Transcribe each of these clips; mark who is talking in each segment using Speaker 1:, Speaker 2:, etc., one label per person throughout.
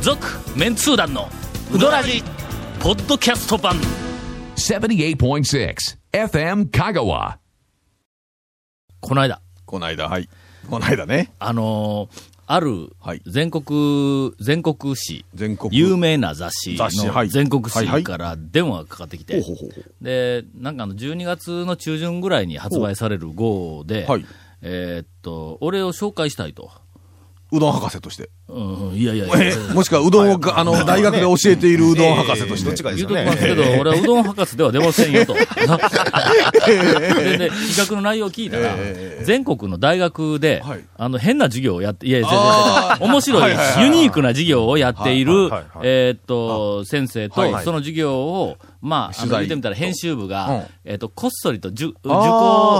Speaker 1: 続メンツー団のウドラジポッドキャスト版
Speaker 2: 78.6 FM Kagawa.
Speaker 1: この間
Speaker 3: この間、はい。この間ね。
Speaker 1: あのーある
Speaker 3: はい
Speaker 1: 全国、全国誌
Speaker 3: 全国
Speaker 1: 有名な雑誌
Speaker 3: 雑誌は
Speaker 1: の
Speaker 3: い
Speaker 1: 全国
Speaker 3: はいは
Speaker 1: 誌
Speaker 3: い
Speaker 1: から電話がかかってきて、
Speaker 3: ほうほうほうほう
Speaker 1: でなんかあの12月の中旬ぐらいに発売される号で、
Speaker 3: はい
Speaker 1: えーっと俺を紹介したいと、
Speaker 3: うどん博士として。
Speaker 1: うん、いやいやいや
Speaker 3: えもしくはうどんをが、あの、大学で教えているうどん博士として。
Speaker 4: どっちかで
Speaker 1: 言
Speaker 4: す
Speaker 1: う
Speaker 4: よ
Speaker 1: ときますけ
Speaker 4: ね。
Speaker 1: ど、俺はうどん博士では出ませんよと。で、で比較の内容を聞いたら、全国の大学で、
Speaker 3: はい
Speaker 1: あの、変な授業をやって、いやいや、全
Speaker 3: あ
Speaker 1: 然面白い、ユニークな授業をやってい
Speaker 4: は
Speaker 1: る
Speaker 4: いはいはいはい、
Speaker 1: えーっと、先生と、
Speaker 3: はい
Speaker 4: はい
Speaker 1: その授業を、まあ、あ
Speaker 3: 取
Speaker 1: の、
Speaker 3: 材
Speaker 1: 言ってみたら編集部が、
Speaker 3: うん
Speaker 1: えーっと、こっそりと受、受
Speaker 3: あー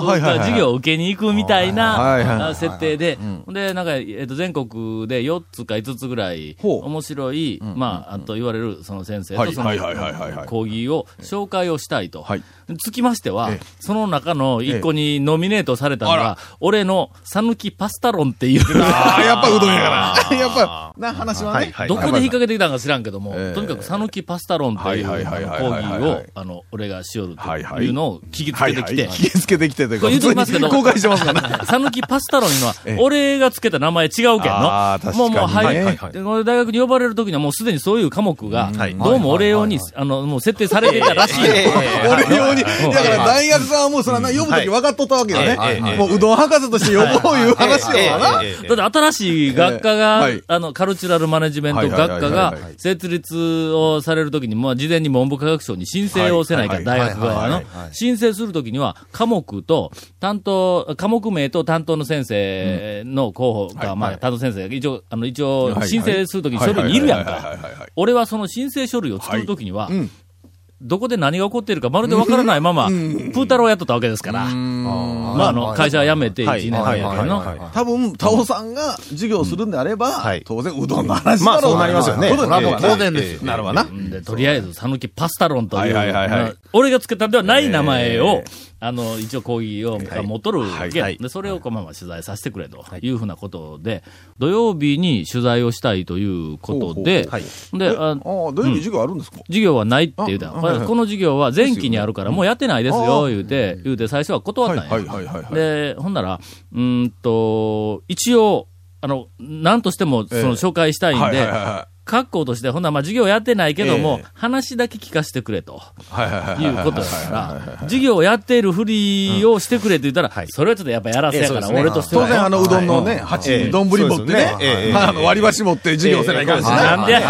Speaker 1: 講
Speaker 3: はいはいはい
Speaker 1: 授業を受けに行くみたい
Speaker 3: はいはいはい
Speaker 1: な
Speaker 3: はい
Speaker 1: あ設定で、で、なんか、えーっと、全国で4つか5つぐらい、
Speaker 3: ほう
Speaker 1: 面白い、まあ、あと言われる、その先生
Speaker 3: は
Speaker 1: と、
Speaker 3: い
Speaker 1: その
Speaker 3: はいはいはいはいはい
Speaker 1: 講義を紹介をしたいと。
Speaker 3: はい
Speaker 1: つきましては
Speaker 3: ええ、
Speaker 1: その中の一個にノミネートされたの
Speaker 3: あ
Speaker 1: が
Speaker 3: ら、
Speaker 1: 俺のさぬきパスタ論っていう、
Speaker 3: ああ、やっぱうどんや から。やっぱ、な、話は
Speaker 4: はい
Speaker 3: ね。
Speaker 4: はい。
Speaker 1: どこで引っ掛けてきたんか知らんけども、
Speaker 3: ええ
Speaker 1: とにかくさぬきパスタ論っていうあ
Speaker 3: は
Speaker 1: の
Speaker 3: いはいはいはい
Speaker 1: 講
Speaker 3: はいはい
Speaker 1: 義を、あの、俺がしよる
Speaker 3: はい
Speaker 1: と
Speaker 3: はいいう
Speaker 1: のを聞きつ
Speaker 3: は
Speaker 1: け
Speaker 3: い
Speaker 1: て
Speaker 3: は
Speaker 1: き
Speaker 3: い。
Speaker 1: て、
Speaker 3: 聞きつけてきてというか、
Speaker 1: これ言うときますけど
Speaker 3: 普通に公開してます からね。
Speaker 1: さぬきパスタロンいうのは、
Speaker 3: ええ
Speaker 1: 俺がつけた名前違うけんの。
Speaker 3: あー確かに
Speaker 1: もう、もう、はい。
Speaker 3: はいはい
Speaker 4: はい
Speaker 1: でこれ大学に呼ばれる時にはもうすでにそういう科目が、
Speaker 4: はい
Speaker 1: どうも俺用に、あの、もう設定されていたらしい。
Speaker 3: 俺ように。だ
Speaker 1: うん
Speaker 3: から大学さんはもうそれはな、呼ぶとき分かっとったわけよ
Speaker 4: はいはいは
Speaker 3: ね。
Speaker 4: い
Speaker 3: もううどん博士として呼ぼういう話やわな。
Speaker 4: ええええええ
Speaker 1: だって新しい学科
Speaker 3: ええ
Speaker 1: が
Speaker 3: はい、
Speaker 1: あの、カルチュラルマネジメント学科
Speaker 3: はいはいはい
Speaker 1: が
Speaker 3: はいはい、
Speaker 1: 設立をされるときに、まあ、事前に文部科学省に申請をせないから、
Speaker 3: は
Speaker 1: 大
Speaker 3: い
Speaker 1: 学側
Speaker 3: は
Speaker 1: の
Speaker 3: いは。
Speaker 1: 申請するときには、科目と、担当、科目名と担当の先生の候補
Speaker 3: うんは
Speaker 1: が、
Speaker 3: い
Speaker 1: まあ、担当先生が一応、あの、一応、申請するときに書類に
Speaker 3: に
Speaker 1: いるやん
Speaker 3: はいはい
Speaker 1: か。
Speaker 3: はいはいはい。
Speaker 1: 俺はその申請書類を作るときには
Speaker 3: ん、
Speaker 1: どこで何が起こっているかまるでわからないまま、プー太郎をやっとったわけですから。まあ、あの、会社辞めて1年
Speaker 4: はい
Speaker 1: や
Speaker 4: は
Speaker 1: け
Speaker 4: い
Speaker 1: ど
Speaker 4: はい
Speaker 1: な
Speaker 4: はいはい。
Speaker 3: 多分、タオさんが授業するんであれば、
Speaker 4: はい
Speaker 3: 当然うどんの話
Speaker 4: ま
Speaker 3: だ
Speaker 4: あ
Speaker 3: ろ
Speaker 4: そうなりますよね。
Speaker 3: ことになるわな
Speaker 4: 当然ですよ。
Speaker 3: なるわな。
Speaker 1: で、とりあえず、さぬきパスタロンという、
Speaker 3: はいはいはいはい
Speaker 1: まあ俺がつけたんではない名前を、
Speaker 3: え
Speaker 1: あの、一応講義を、が持っとるわけ、
Speaker 4: はいはい
Speaker 1: で、それをこうまあまあ取材させてくれというふうなことで、土曜日に取材をしたいということで、
Speaker 4: ほうほう
Speaker 1: で、あ
Speaker 3: ああ、土曜日授業あるんですか、
Speaker 1: 授業はないって言うたの
Speaker 3: あはいはい
Speaker 1: この授業は前期にあるから、もうやってないですよ、
Speaker 3: あ
Speaker 1: 言うて、言うて最初は断ったんや。
Speaker 3: はいはいはいはいはい
Speaker 1: で、ほんなら、うーんと、一応、あの、なんとしても、そ
Speaker 3: ええ
Speaker 1: の、紹介したいん
Speaker 3: はいはい
Speaker 1: で
Speaker 3: はいは、
Speaker 1: 各校として、ほんなら、まあ、授業やってないけども
Speaker 3: ええ、
Speaker 1: 話だけ聞かせてくれと。
Speaker 3: はいはいはい。
Speaker 1: いうことだから、授業をやっているふりをしてくれって言ったら、それはちょっとやっぱやらせやか
Speaker 4: ええ
Speaker 1: ら、
Speaker 4: そうですね
Speaker 1: 俺として
Speaker 3: 当
Speaker 1: は。
Speaker 3: 然あのうどんのね、
Speaker 4: え
Speaker 3: 鉢
Speaker 4: え
Speaker 3: に丼持って
Speaker 4: そうですよねええ
Speaker 3: ね
Speaker 4: ええ、
Speaker 3: まああの割り箸持って授業せないかんし
Speaker 4: ええええ
Speaker 3: な。
Speaker 1: なんでや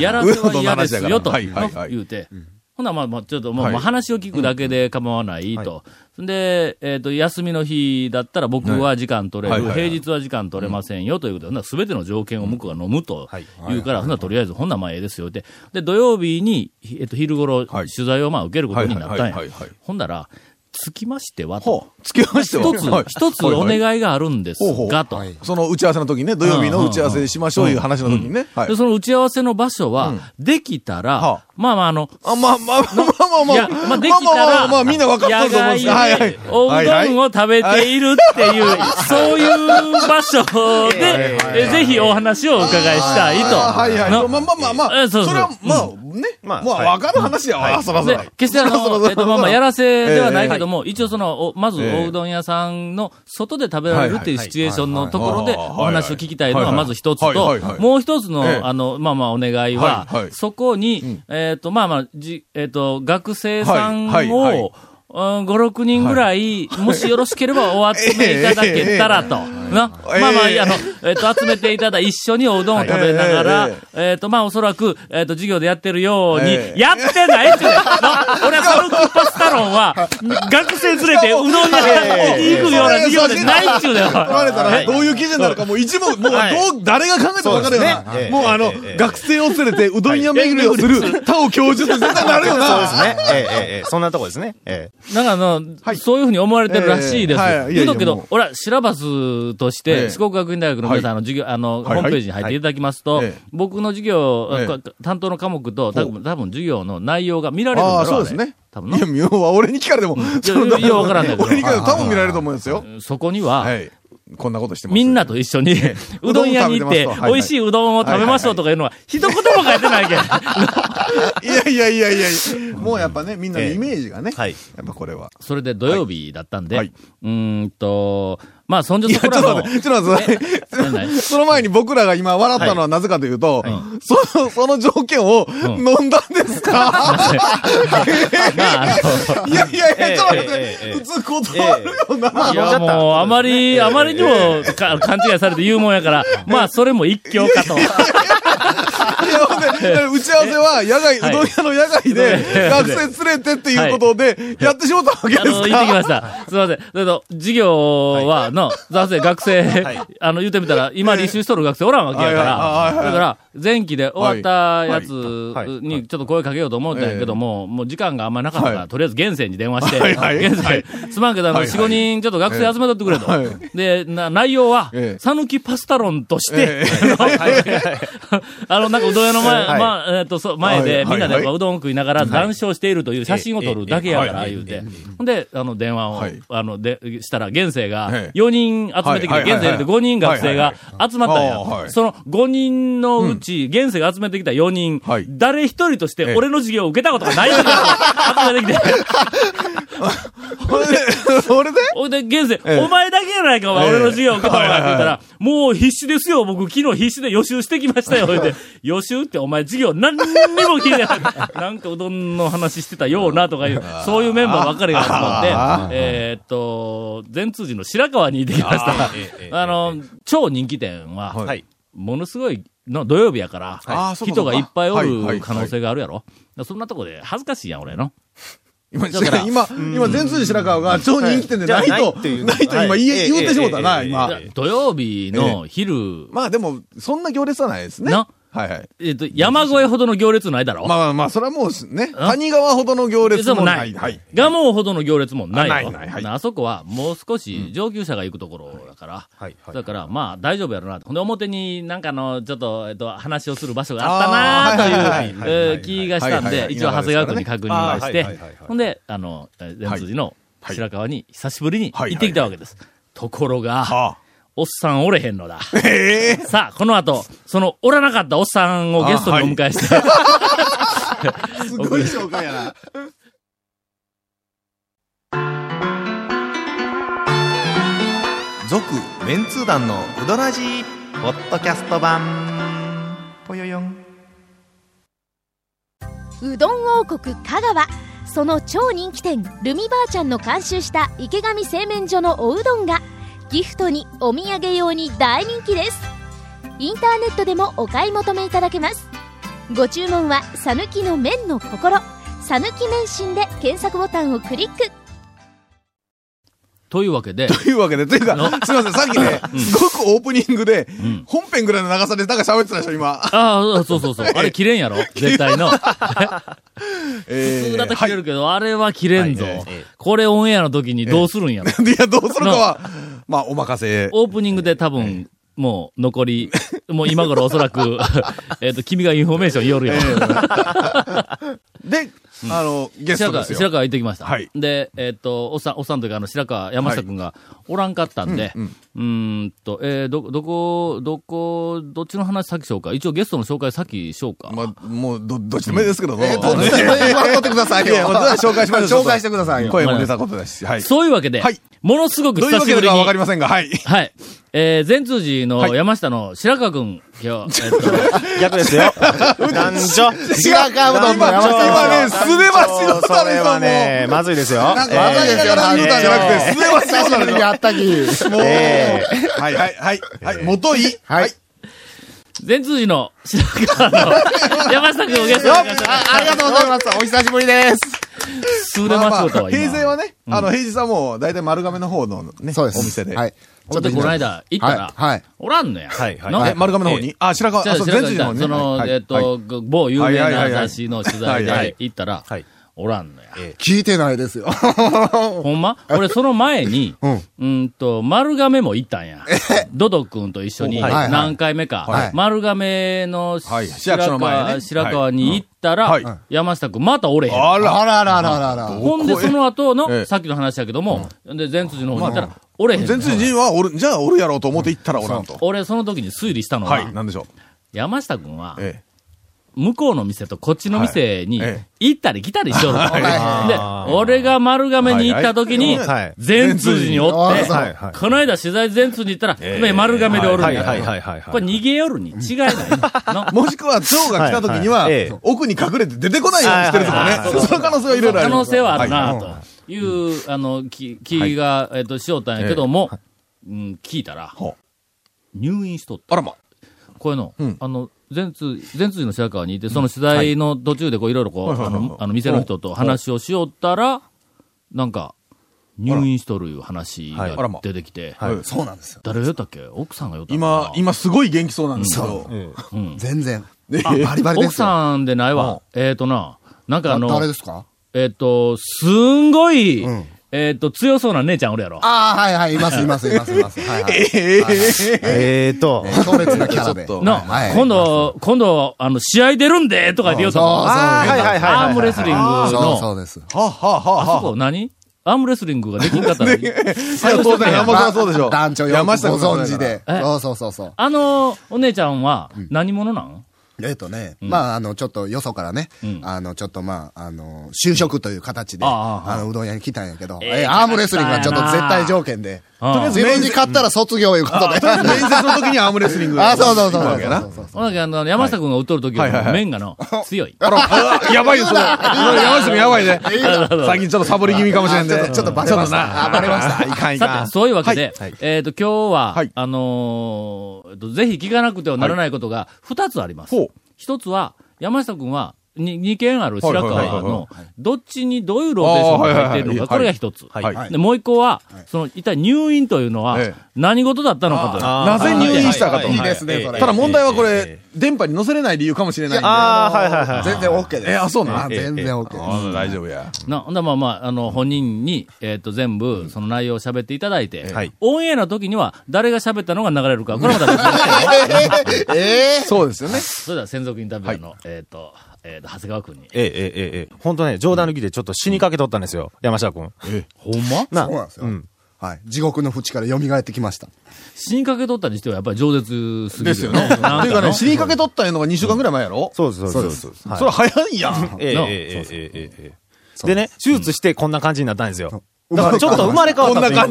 Speaker 1: やらせは嫌ですよと、
Speaker 3: はいはいはい
Speaker 1: 言うて。ほな、まあ、まあ、ちょっと、もう、
Speaker 3: はい
Speaker 1: まあ話を聞くだけで構わないと。で、えっ、と、休みの日だったら僕は時間取れる、
Speaker 3: はいはいはい
Speaker 1: 平日は時間取れませんよということで、すべての条件を向こうが飲むと
Speaker 4: はい
Speaker 1: 言うから、ほんならとりあえず、ほんならまあええですよって。で、土曜日に、ひえっ、と、昼頃、
Speaker 3: は
Speaker 1: 取
Speaker 3: い
Speaker 1: 材をまあ受けることになったん
Speaker 3: はいはいはい
Speaker 1: や
Speaker 3: はいはい。
Speaker 1: ほんなら、つきましてはと、
Speaker 3: ほう、つけましては
Speaker 1: 一つ
Speaker 3: はい、
Speaker 1: 一つお願いがあるんです
Speaker 3: ほうほう
Speaker 1: が、と。
Speaker 3: その打ち合わせの時にね、土曜日の打ち合わせしましょういう話の時にね。はい
Speaker 1: で、その打ち合わせの場所は、できたら、
Speaker 3: はあ
Speaker 1: まあまあ、あの、
Speaker 3: あまあまあまあまあまあ
Speaker 1: いや、まあ、できた
Speaker 3: まあま
Speaker 1: ら、
Speaker 3: あまあみんな分かったと思うんですけどはい
Speaker 1: 野
Speaker 3: は
Speaker 1: 外
Speaker 3: い
Speaker 1: で、おうどんを食べているっていう、そういう場所で、えぜひお話をお伺いしたいと。
Speaker 3: あーはいはい。
Speaker 1: の
Speaker 3: まあまあまあまあ、
Speaker 1: えそうそう
Speaker 3: それはまあね、ま
Speaker 4: ま
Speaker 3: あ
Speaker 4: あ
Speaker 3: 分かる話やわ、そらそ
Speaker 1: で
Speaker 3: ら。、
Speaker 1: 決してあ
Speaker 3: そらそら
Speaker 1: の、
Speaker 3: そ
Speaker 1: え
Speaker 3: ら
Speaker 1: っと、まあまあ、やらせではないけども、一応その、おまず、
Speaker 3: ええ
Speaker 1: おうどん屋さんの外で食べられるっていうシチュエーションのところで、
Speaker 3: はいはいはい
Speaker 1: お話を聞きたいの
Speaker 3: は
Speaker 1: は、
Speaker 3: い
Speaker 1: ま
Speaker 3: はい
Speaker 1: ず一つ
Speaker 3: はいはいは
Speaker 1: と、
Speaker 3: い
Speaker 1: もう一つ
Speaker 3: ええ
Speaker 1: の、あの、まあまあ、お願いは
Speaker 3: はいは、い
Speaker 1: そこに、えっと、まあまあ、じ、えっと、学生さん
Speaker 3: はいはいはい
Speaker 1: を、うん、5、6人ぐらい、もしよろしければお集めいただけた らと。な。まあまあ、
Speaker 3: ええ
Speaker 1: あの、えっと、集めていただ、一緒におうどんを食べながら
Speaker 3: えええ、
Speaker 1: えっと、まあ、おそらく、えっと、授業でやってるように
Speaker 3: え、え
Speaker 1: やってないっすね。な俺はサルクパスタロンは、学生連れてうどん屋さんに行くような授業でないっちゅうねんおい
Speaker 3: 取られたら、どういう記事になるか、もう一問、もう、どう、誰が考えても分かるよ
Speaker 4: そうです
Speaker 3: な。
Speaker 4: ね
Speaker 3: もう、あの
Speaker 4: えええ、え
Speaker 3: 学生を連れて、うどん屋巡りをする、田尾教授と絶対なるよ
Speaker 4: そうで
Speaker 3: な。
Speaker 4: すね。ええええええそんなとこですね。ええ
Speaker 1: なんかあの、
Speaker 3: はい
Speaker 1: そういうふうに思われてるらしいです。
Speaker 3: ええはいいや
Speaker 1: 言
Speaker 3: いうや
Speaker 1: とくけ
Speaker 3: も
Speaker 1: ど
Speaker 3: う、
Speaker 1: 俺はシラバスとし
Speaker 3: え
Speaker 1: て、
Speaker 3: え
Speaker 1: 四国学院大学の皆さんの授業、あの、
Speaker 3: はいはい
Speaker 1: ホームページに入っていただきますと、
Speaker 3: ええ
Speaker 1: 僕の授業、
Speaker 3: ええ
Speaker 1: こ担当の科目と、多分多分授業の内容が見られるんだろ
Speaker 3: あ
Speaker 1: う
Speaker 3: あ、そうです
Speaker 1: あれ
Speaker 3: ね。
Speaker 1: 多分
Speaker 3: いや、妙は俺に聞かれても、
Speaker 1: いやいやわからんけど
Speaker 3: 俺に聞かれても多分見られると思うんですよ。
Speaker 1: なそこには、
Speaker 3: はい。こんなことしてます。
Speaker 1: みんなと一緒に、うどん屋に行って
Speaker 3: うどん食べてますと、はい
Speaker 1: 美味しいうどんを食べましょうとかいうのは、一言も書いてないけん。
Speaker 3: いやいやいやいやいや、もうやっぱね、みんなのイメージがね、
Speaker 4: はい
Speaker 3: やっぱこれは。
Speaker 1: それで土曜日だったんで、
Speaker 3: はいう
Speaker 1: ーんと、まあ、そんじょそこ
Speaker 3: ちょ
Speaker 1: らの
Speaker 3: っと待、って、ちょっと待って、
Speaker 1: 何々
Speaker 3: その前に僕らが今笑ったのはなぜかというと、その、その条件を飲んだんですか、
Speaker 1: まあ、あの、
Speaker 3: いやいやいや、ちょっと待って、
Speaker 4: ええええ
Speaker 3: 普通断るよな。
Speaker 4: ま
Speaker 1: い
Speaker 4: あ飲んじゃ
Speaker 1: や、
Speaker 4: った
Speaker 1: もう、あまり、
Speaker 4: え
Speaker 1: あまりにもか勘違いされて言うもんやから、まあ、それも一興かと。
Speaker 3: いやほんで打ち合わせは野外、う
Speaker 1: はい
Speaker 3: どん屋の野外で
Speaker 1: ええ
Speaker 3: 学生連れてっていうことで、やってしまったわけです
Speaker 1: あ
Speaker 3: か
Speaker 1: の、行ってきました。すいません。だけど、授業は、の、座生学生、
Speaker 4: はい
Speaker 1: あの、言ってみたら、今履修しとる学生おらんわけやから、
Speaker 3: はいはいはいはい
Speaker 1: だから、前期で終わったやつ
Speaker 4: はいはい
Speaker 1: にちょっと声かけようと思ったんやけども、もう時間があんまなかったから、
Speaker 3: はい
Speaker 1: とりあえず厳選に電話して、
Speaker 3: はいはい
Speaker 1: 厳選、
Speaker 3: はい
Speaker 1: すまんけど、あの、
Speaker 3: はいはい
Speaker 1: 4、5人ちょっと学生集めとってくれと。
Speaker 3: はい
Speaker 1: で、な、内容は
Speaker 3: え、え
Speaker 1: 讃岐パスタロンとして、
Speaker 3: え
Speaker 1: あの、なんかうどん屋の前、
Speaker 4: はい
Speaker 1: まあ、えっと、そう前
Speaker 3: は
Speaker 1: で、
Speaker 3: い
Speaker 1: みんなで
Speaker 3: はい
Speaker 1: こううどん食いながら談笑しているという写真を撮るだけやから、
Speaker 4: えええ
Speaker 1: 言
Speaker 4: え
Speaker 1: うて。ほんで、あの、電話を
Speaker 3: はい、
Speaker 1: あの、で、したら、現世が
Speaker 3: ええ、
Speaker 1: 4人集めてき
Speaker 3: は
Speaker 1: て、
Speaker 3: いはいはいはい
Speaker 1: 現世入れて5人学生が集まったん
Speaker 3: ああは
Speaker 1: や。
Speaker 3: い
Speaker 1: その5人のうち、現世が集めてきた4人
Speaker 3: はい、
Speaker 1: 誰一人とし
Speaker 3: え
Speaker 1: て
Speaker 3: え
Speaker 1: 俺の授業を受けたことがない人たちを集めてきて、
Speaker 3: ほんで、それで
Speaker 1: ほいで、現世、
Speaker 3: ええ
Speaker 1: お前だけやないか、
Speaker 3: ええ
Speaker 1: 俺の 授業を受けたのはって言った
Speaker 3: はいはい
Speaker 1: ら、もう必死ですよ、僕昨日必死で予習してきました よ、って。予習ってお前授業何にも聞い てない。なんかうどんの話してたような、とかいう、そういうメンバーばっかりが集まって、えーっと、全通寺の白川に行ってきました。
Speaker 4: ええええ
Speaker 1: あの、超人気店
Speaker 3: は
Speaker 1: は、
Speaker 4: はい。
Speaker 1: ものすごい、の土曜日やから
Speaker 3: あー、そうかそ
Speaker 1: 人
Speaker 3: うか
Speaker 1: がいっぱいお
Speaker 3: はいはいは
Speaker 1: る
Speaker 3: い
Speaker 1: 可能性があるやろ。だからそんなとこで恥ずかしいやん、俺の。
Speaker 3: 今、
Speaker 1: だから
Speaker 3: 今、今、全通じ白川が超人気店でない
Speaker 4: はいじゃあ
Speaker 3: と、
Speaker 4: ない
Speaker 3: ない
Speaker 4: って
Speaker 3: と
Speaker 4: いう
Speaker 3: 今
Speaker 4: はい
Speaker 3: 言え、言ってしまったな、
Speaker 4: ええ
Speaker 3: 今
Speaker 4: えええ。え
Speaker 1: 土曜日の昼、
Speaker 3: まあでも、そんな行列はないですね。
Speaker 1: な
Speaker 3: はいはい。
Speaker 1: えっと、山越えほどの行列ないだろ
Speaker 3: まあまあまあ、それはもうね、谷川ほどの行列
Speaker 1: 列も
Speaker 3: も
Speaker 1: な。
Speaker 3: ないい。
Speaker 1: 蒲
Speaker 3: はい。
Speaker 1: 生ほどの行列もないよ
Speaker 3: あないないはい
Speaker 1: あそこはもう少し上級者が行くところだから。
Speaker 4: はい。はい
Speaker 1: だから、まあ、大丈夫やろなと。ほんで、表になんかの、ちょっと、えっと、話をする場所があったな
Speaker 3: あ
Speaker 1: あ
Speaker 3: ーはいはい
Speaker 4: はいはい
Speaker 1: と
Speaker 4: はいいう
Speaker 1: えー気がしたん
Speaker 3: はいはい
Speaker 1: で
Speaker 3: は、い
Speaker 1: 一応、長谷川君に確認をし
Speaker 4: あー
Speaker 1: て
Speaker 4: はいはいはいは、い
Speaker 1: ほんで、あの、えー善通寺の
Speaker 3: はい
Speaker 1: 白川に久しぶりに
Speaker 3: はい
Speaker 1: 行ってきたわけです。ところが、
Speaker 3: は
Speaker 1: おっさんおれへんのだ。
Speaker 3: あ。 ええ。
Speaker 1: さあ、この後、その、おらなかったおっさんをゲストにお迎えして、
Speaker 3: すごい紹介やな。
Speaker 4: 続、メンツー団のうどらじ、ポッドキャスト版、ぽよよん。
Speaker 5: うどん王国香川その超人気店ルミばあちゃんの監修した池上製麺所のおうどんがギフトにお土産用に大人気ですインターネットでもお買い求めいただけますご注文は「さぬきの麺の心」「さぬき麺心」で検索ボタンをクリック
Speaker 1: というわけ で、
Speaker 3: というわけで、というか、すいません、さっきね、すごくオープニングで
Speaker 1: ん、
Speaker 3: 本編ぐらいの長さで、なんか喋ってたでしょ、今。
Speaker 1: ああ、そうそうそう。あれ切れんやろ絶対の。
Speaker 3: え
Speaker 1: 普
Speaker 3: え
Speaker 1: 通だと切れるけど、あれは切れんぞ
Speaker 3: はい
Speaker 4: ええ。
Speaker 1: これオンエアの時にどうするんやろ
Speaker 3: いや、どうするかは、まあ、お任せ。
Speaker 1: オープニングで多分、もう残り、もう今頃おそらく、 えっと、君がインフォメーション夜やろ。
Speaker 3: で、あの、ゲス
Speaker 1: 白
Speaker 3: ト
Speaker 1: 川、
Speaker 3: ですよ。
Speaker 1: 白川行ってきました。
Speaker 3: はい
Speaker 1: で、えっ、と、おっさん、おっさんというか、あの、白川、山下くんがおらんかったんで、うーんと、えーど、どこ、どこ、どっちの話先しようか。一応ゲストの紹介先しようか。
Speaker 3: まあ、もう、ど、どっちでもいいですけども。
Speaker 6: えっと、ね、笑ってください
Speaker 3: いや
Speaker 6: よ。
Speaker 3: もう紹介しましょう
Speaker 6: 紹介してくださいよ。
Speaker 3: 声も出たことだし。はい。
Speaker 1: そういうわけで、
Speaker 3: はい
Speaker 1: ものすごく
Speaker 3: どういう
Speaker 1: 久
Speaker 3: わ
Speaker 1: し
Speaker 3: け
Speaker 1: ぶり
Speaker 3: でか
Speaker 1: に
Speaker 3: わかりませんが、はい。
Speaker 1: はい。えー、前通寺の山下の白川くん、今日、えっと、
Speaker 4: 逆ですよ。男女。
Speaker 6: 白川うどんの山下
Speaker 3: 今ね、すねばしの
Speaker 4: そ
Speaker 3: たれ
Speaker 4: れ
Speaker 3: さ
Speaker 4: は
Speaker 3: んも。
Speaker 4: ね、まずいですよ。
Speaker 3: なんか、
Speaker 6: ま
Speaker 3: 笑
Speaker 6: ずい
Speaker 3: い
Speaker 6: で
Speaker 3: な
Speaker 6: す
Speaker 3: が
Speaker 6: よ
Speaker 3: ら言うたんじゃなくて、すねばしの
Speaker 6: 久
Speaker 3: た
Speaker 6: しぶり
Speaker 3: れ
Speaker 6: に会ったき。
Speaker 3: もう、
Speaker 4: え
Speaker 3: はいはいはい。はい、元い。
Speaker 6: はい。
Speaker 1: 前通寺の白川の山下くんをゲストにお迎えしま
Speaker 6: あありがとうございます。お久しぶりです。
Speaker 1: す。すれ
Speaker 3: ま
Speaker 1: ま
Speaker 3: あま
Speaker 1: しょうと
Speaker 3: あ、
Speaker 1: は
Speaker 3: 平成
Speaker 1: 今。
Speaker 3: はね、あの、平日はもう、大体丸亀の方のね、
Speaker 6: そうです。
Speaker 3: お店で。
Speaker 6: はい。
Speaker 1: ちょっとこの間行ったら、
Speaker 6: はいはい
Speaker 1: おらんのや。
Speaker 4: はいはい
Speaker 1: の
Speaker 3: え、丸亀の方にあ、白川、
Speaker 1: じゃあ
Speaker 3: あ、そう、
Speaker 1: 白
Speaker 3: 全
Speaker 1: 川
Speaker 3: 治
Speaker 1: さ
Speaker 3: の方
Speaker 1: ん、その、
Speaker 3: に。はい
Speaker 1: えっと、某有名
Speaker 3: はいはい
Speaker 1: な
Speaker 3: はいはい
Speaker 1: 雑誌の取材
Speaker 3: はいは
Speaker 1: で
Speaker 3: い
Speaker 1: 行ったら
Speaker 4: はい、
Speaker 1: おらんのや。
Speaker 6: 聞いてないですよ。
Speaker 1: ほんま俺その前 に、う
Speaker 6: うん
Speaker 1: んと、丸亀も行ったんや。ドド君と一緒に
Speaker 6: はいはい
Speaker 1: 何回目か、
Speaker 6: はい
Speaker 1: 丸亀の
Speaker 3: はい
Speaker 1: 白
Speaker 3: 市役所の前
Speaker 1: 川、
Speaker 3: ね
Speaker 1: 白川に行っったら、
Speaker 3: はい
Speaker 1: 山下君またおれへん。
Speaker 3: あら、
Speaker 6: あらあらあらあらあら。
Speaker 1: ほんで、その後の、
Speaker 3: ええ
Speaker 1: さっきの話やけども、で、前辻の方に行ったら、おれへん。
Speaker 3: 全通人はおる、じゃあおるやろうと思って行ったらおらんと。
Speaker 1: 俺、その時に推理したのは、
Speaker 3: はい、なんでしょう。
Speaker 1: 山下君は、
Speaker 3: え
Speaker 1: 向こうの店とこっちの店に
Speaker 3: はいええ
Speaker 1: 行ったり来たりしとると。
Speaker 4: は
Speaker 1: で、俺が丸亀に行った時に
Speaker 3: はい
Speaker 4: はい、
Speaker 1: 全通寺におって、
Speaker 6: はい
Speaker 4: はい
Speaker 1: この間取材全通寺行ったら、今丸亀でおるん
Speaker 4: はい
Speaker 1: や
Speaker 4: はいはいはいはい
Speaker 1: これ逃げ寄るに違いないの。
Speaker 3: え。もしくは、蝶が来た時には
Speaker 4: はいはいええ、
Speaker 3: 奥に隠れて出てこないようにしてると
Speaker 4: はいはい
Speaker 3: かね。その可能性はいろいろ あ
Speaker 1: 可
Speaker 3: る。
Speaker 1: 能性はある
Speaker 3: はい
Speaker 1: なという、あの、き気が、えっと、しようたんやけども、うん、聞いたら
Speaker 3: ほ、
Speaker 1: 入院しとった。
Speaker 3: あらま。
Speaker 1: こういうの、
Speaker 3: うん
Speaker 1: あの、全通、全通の白川にいて、その取材の途中でこういろいろこう、
Speaker 3: はいはい
Speaker 1: あ
Speaker 3: はいはい
Speaker 1: の、あの店の人と話をしよったら、なんか、入院しとるいう話
Speaker 4: はい
Speaker 3: あらま
Speaker 1: が出てきて、
Speaker 3: はい
Speaker 6: そうなんですよ。
Speaker 1: 誰が言ったっけ奥さんが言ったの
Speaker 3: 今
Speaker 1: か、な
Speaker 3: 今すごい元気そうなんですけ
Speaker 6: そ
Speaker 3: ど。
Speaker 6: 全然。
Speaker 3: え
Speaker 6: あバリバリで
Speaker 1: 奥
Speaker 6: すよ。
Speaker 1: さんでないわ。えっ、とな、なんかあ
Speaker 6: あ
Speaker 1: の、
Speaker 6: 誰ですか
Speaker 1: えっ、と、すんごい、
Speaker 6: うん
Speaker 1: えっ、と、強そうな姉ちゃんおるやろ。
Speaker 6: ああ、はいはい、いますいますいますいます。はいはい。
Speaker 3: ええ
Speaker 4: えーと、
Speaker 6: 強烈なキャラで。
Speaker 3: ちょっと
Speaker 1: の、
Speaker 6: はい
Speaker 1: 今度、今度、あの、試合出るんで、とか言おうと思う。
Speaker 6: そうそう
Speaker 4: あーはいはいはいはいはい
Speaker 1: アームレスリングの、
Speaker 6: そうそうです。
Speaker 3: はあはあ
Speaker 1: あ
Speaker 3: はあはあ
Speaker 1: そこ何アームレスリングができんかったのに。
Speaker 3: いや当然、山下はそうでしょう。
Speaker 6: 団長よくご
Speaker 3: 山下君
Speaker 6: 存知で。
Speaker 1: え
Speaker 6: そうそうそうそう。
Speaker 1: あの、お姉ちゃんは何者なん、
Speaker 6: えっとね、まあ、あの、ちょっとよそからね
Speaker 1: ん、
Speaker 6: あの、ちょっとまあ、あの、就職という形で、
Speaker 1: あああ
Speaker 6: あの、うどん屋に来たんやけど、
Speaker 1: ええ
Speaker 6: え、アームレスリングはちょっと絶対条件で、
Speaker 1: ああ
Speaker 6: とりあえず自分に勝ったら卒業いうこと
Speaker 3: 面
Speaker 6: で。
Speaker 3: 接の時にアームレスリング。
Speaker 6: あ、そうそうそ
Speaker 3: 行く
Speaker 6: うそ
Speaker 3: わ
Speaker 6: う
Speaker 3: けやな
Speaker 6: そうそう
Speaker 1: ほなあの、山下君が打っとる時よりも麺が の、強い。
Speaker 3: あらあやばいよ、それ。山下君やばいね。最近ちょっとサボり気味かもしれん
Speaker 6: あちょっ
Speaker 3: ね
Speaker 6: と。ちょっとバレまし
Speaker 3: ち
Speaker 6: た
Speaker 3: ょっとな
Speaker 6: あバレました
Speaker 3: あいかんいか
Speaker 1: さ
Speaker 3: ん
Speaker 1: て、。そういうわけで、
Speaker 4: はいはい
Speaker 1: えっ、と、今日は、
Speaker 3: はい
Speaker 1: あのーえっとぜひ聞かなくてはならないことが2つあります
Speaker 3: ほう。
Speaker 1: 一、つは、山下君は、に二件ある白
Speaker 3: はいはい
Speaker 1: 川
Speaker 3: はいはい
Speaker 1: の、どっちにどういうローテーションが入っているのか、
Speaker 3: あーはいはいはい
Speaker 1: これが一つ、
Speaker 3: はいはい
Speaker 1: で。もう一個は、
Speaker 6: はい
Speaker 1: その、一体入院というのは
Speaker 3: ええ、
Speaker 1: 何事だったのかという。
Speaker 4: あ
Speaker 3: なぜ入院したかと。
Speaker 6: いいですね、それ。
Speaker 3: ただ問題はこれ
Speaker 4: え、
Speaker 3: 電波に載せれない理由かもしれないんで。
Speaker 4: あーはいはいはい。
Speaker 6: 全然 OK です。
Speaker 3: えあそうなん
Speaker 6: あ全然 OK です。
Speaker 3: あ大丈夫や。
Speaker 1: な、ほんだらまあまあ、あの、本人に、えっ、と、全部、その内容を喋っていただいて、
Speaker 4: はい
Speaker 1: オンエアの時には、誰が喋ったのが流れるか、これはまた別にしてよ
Speaker 6: え
Speaker 3: そうですよね。
Speaker 1: それでは、専属インタビュアーの、えっ、と、えっ、と、長谷川君に。
Speaker 4: ええええええ。ほんとね、冗談抜きでちょっと死にかけとったんですよ、山下くん。
Speaker 1: ほんま
Speaker 6: そうなんですよ。はい。地獄の淵から蘇ってきました。
Speaker 1: 死にかけとったにしては、やっぱり饒舌すぎる。
Speaker 3: ですよね。と
Speaker 1: なんかの
Speaker 3: いうかね、死にかけとったいうのが2週間ぐらい前やろ
Speaker 4: そうです、そうです。
Speaker 6: そう
Speaker 4: はい
Speaker 3: それ早いやん。
Speaker 4: えええ
Speaker 1: な
Speaker 4: えええええええ。でね、手術してこんな感じになったんですよ。だからちょっと生まれ変わったというか。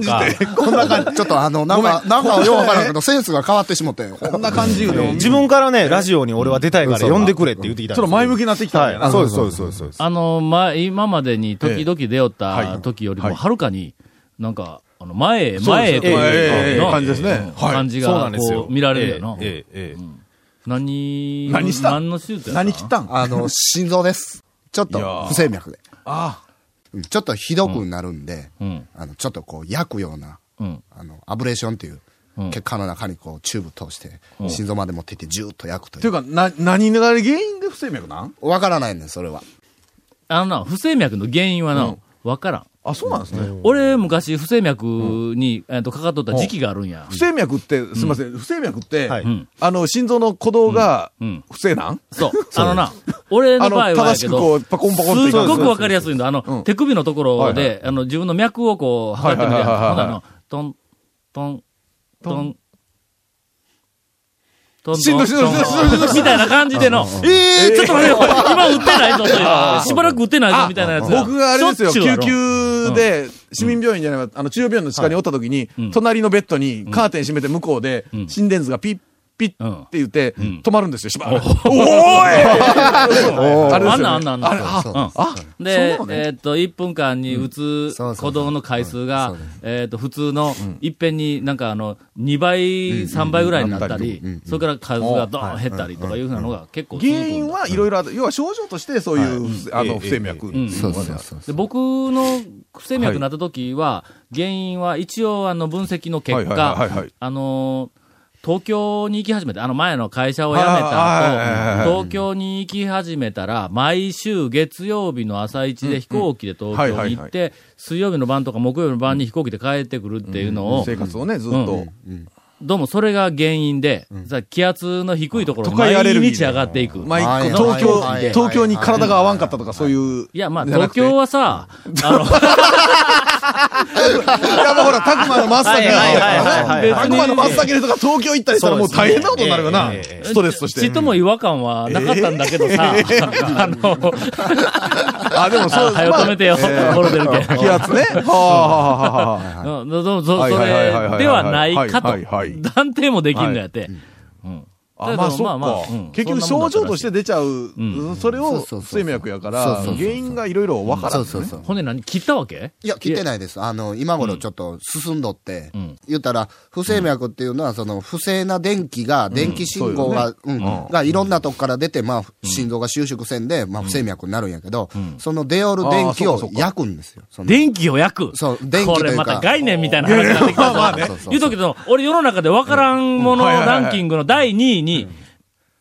Speaker 6: こんな感じ。ちょっとあの、なんか、なんかようわからんけど、センスが変わってしもて。
Speaker 3: こんな感じ言うても
Speaker 4: 自分からね、ラジオに俺は出たいから呼んでくれって言ってきたん
Speaker 3: ちょ
Speaker 4: で
Speaker 3: っと
Speaker 4: すよ
Speaker 3: 前向きになってきたんや
Speaker 4: は。
Speaker 3: ない
Speaker 4: そうです、そうです、そうですそうです。
Speaker 1: あの、ま、今までに時々出よっ
Speaker 3: ええは
Speaker 1: た
Speaker 3: い
Speaker 1: 時より
Speaker 3: は
Speaker 1: も、
Speaker 3: い
Speaker 1: はるかに、なんか、あの、前へ、
Speaker 3: そう
Speaker 1: 前へ
Speaker 3: です
Speaker 1: という
Speaker 3: ええええ
Speaker 1: の
Speaker 3: 感じですね
Speaker 1: うん
Speaker 3: はい
Speaker 1: 感じ
Speaker 4: そうな
Speaker 1: が
Speaker 4: んですよ
Speaker 1: こ。う見られるよな。
Speaker 4: ええええええ
Speaker 1: 何、
Speaker 3: 何した
Speaker 1: 何の手術やった
Speaker 3: 何切ったん
Speaker 6: あ の、心臓です。ちょっ
Speaker 3: いやー
Speaker 6: と、不整脈で。
Speaker 3: あ
Speaker 6: うんちょっとひどくなるんで、
Speaker 1: うん。
Speaker 6: あの、ちょっとこう、焼くような、
Speaker 1: うん。
Speaker 6: あの、アブレーションっていう、
Speaker 1: うん
Speaker 6: 血管の中にこう、チューブ通して、心臓まで持っていって、ジューッと焼くと
Speaker 3: とい
Speaker 6: いう
Speaker 3: う。か、な、何が原因で不整脈なん
Speaker 6: わからないね、それは。
Speaker 1: あのな、不整脈の原因は
Speaker 3: う、
Speaker 1: なんわからん。
Speaker 3: あ、そうなんですね。
Speaker 1: 俺、昔、不整脈に、えっと、かかっとった時期があるんや
Speaker 3: 不。整脈って、すみません、不整脈って
Speaker 4: はい、
Speaker 3: あの、心臓の鼓動が
Speaker 1: うんうん
Speaker 3: 不正なん
Speaker 1: そう。あのな、俺の場合はやけ
Speaker 3: あの正しくこ
Speaker 1: ど、
Speaker 3: うパコンパコンって
Speaker 1: すっごくわかりやすいんだ。あの、
Speaker 3: うん
Speaker 1: 手首のところで、
Speaker 3: はい
Speaker 1: あの、自分の脈をこう、測ってみて、
Speaker 3: はいはいはいはい
Speaker 1: ほんならあの、トン、トン、トン、トン、
Speaker 3: しんどいしんどい
Speaker 1: トン
Speaker 3: しんどいしんどい
Speaker 1: みたいな感じでの、えー、ちょっと待ってよ、今打ってないぞという、しばらく打ってないぞみたいなやつが
Speaker 3: 僕があれですよ、
Speaker 1: しょっちゅうある
Speaker 3: 救急で、市民病院じゃないわ、あの、中央病院の地下におった時に
Speaker 1: うん、
Speaker 3: 隣のベッドにカーテン閉めて向こうで
Speaker 1: う、ん
Speaker 3: 心電図がピッ、ピッ
Speaker 1: うん
Speaker 3: って言って、
Speaker 1: ん
Speaker 3: 止まるんですよ、しばらく。おーいあれですよね
Speaker 1: あんなんあんなんあんなん
Speaker 3: あれあ
Speaker 6: そう
Speaker 1: うん
Speaker 3: あ
Speaker 1: で、
Speaker 3: そうなの
Speaker 1: えーっと、1分間に打つ
Speaker 6: そうそうそう
Speaker 1: 鼓動の回数が
Speaker 6: そうで、
Speaker 1: えーっと、普通の、いっぺんになんかあの、2倍、3倍ぐらいになったり
Speaker 6: うんうん、
Speaker 1: それから数がドーン減ったりとかいうふうなのが結構続くん
Speaker 3: 原
Speaker 1: だ
Speaker 3: 因はいろいろある。要は症状としてそういう、あの、不整脈。
Speaker 1: ん
Speaker 6: そうそうそう。
Speaker 1: で僕の不整脈になった時は、原因は一応あの分析の結
Speaker 3: はいはいはいは
Speaker 1: 果
Speaker 3: い、
Speaker 1: あのー東京に行き始めて、あの前の会社を辞め
Speaker 3: はいはいはい
Speaker 1: た
Speaker 3: はい
Speaker 1: 後、東京に行き始めたら、毎週月曜日の朝一で飛行機で東京に行っ
Speaker 3: は
Speaker 1: て、水曜日の晩とか木曜日の晩に飛行機で帰ってくるっていうのを、
Speaker 3: 生活をね、ずっと。
Speaker 1: うんどうもそれが原因で、さ気圧の低いところに
Speaker 3: 都会アレ
Speaker 1: 毎
Speaker 3: ルギー
Speaker 1: 日上がっていく。
Speaker 3: まあ、
Speaker 6: はい
Speaker 3: 東京
Speaker 6: はいはい、
Speaker 3: 東京に体が合わんかったとか、そういう。
Speaker 1: いや、まあ、
Speaker 3: じゃなく
Speaker 1: 東
Speaker 3: て
Speaker 1: 京はさ、あの、
Speaker 3: いや、もうほら、たくまの真っ先
Speaker 4: はいはいはいはい
Speaker 3: に。
Speaker 4: は
Speaker 3: た
Speaker 4: い
Speaker 3: くまの真っ先にとか、東京行ったりしたらもう大変なことになるよな
Speaker 4: そうで。
Speaker 3: ストレスとして
Speaker 1: ちっ。とも違和感はなかったんだけどさ、あ の、
Speaker 3: あ、でもそう、
Speaker 1: 早
Speaker 3: まあ
Speaker 1: 止めてよ、ボロ出るけん。
Speaker 3: 気圧ね。はあはあはあはあ。
Speaker 1: うんどどそ
Speaker 3: は
Speaker 1: そ
Speaker 3: い
Speaker 1: れ
Speaker 3: はいはいはいはい
Speaker 1: ではないかと
Speaker 3: はいはいはい、
Speaker 1: 断定もできんのやって。うん
Speaker 3: あまあ、
Speaker 1: だけ
Speaker 3: そ
Speaker 1: どま
Speaker 3: っか、
Speaker 1: あまあうん
Speaker 3: 結局症状として出ちゃう、
Speaker 1: ん
Speaker 3: うんそれを
Speaker 6: そうそうそう
Speaker 3: 睡眠薬やか
Speaker 6: そう
Speaker 3: ら
Speaker 6: そうそう
Speaker 3: 原因がいろいろ分から
Speaker 6: そ
Speaker 3: ん
Speaker 6: うそうそう。
Speaker 1: 骨何切ったわけ
Speaker 6: いや、切ってないです。あの、今頃ちょっと進んどって、
Speaker 1: ん
Speaker 6: 言ったら、不整脈っていうのは、その、不正な電気が、電気信号が、うん、がいろんなとこから出て、まあ、心臓が収縮せんで、まあ、不整脈になるんやけど、その出おる電気
Speaker 3: あー
Speaker 6: を
Speaker 3: そうかそうか
Speaker 6: 焼くんですよ。その
Speaker 1: 電気を焼く。
Speaker 6: そう電気というか
Speaker 1: これまた概念みたいな話になってきたぞ。
Speaker 6: そうそうそう
Speaker 1: 言うとくけど、俺世の中で分からんものランキングの第2位に、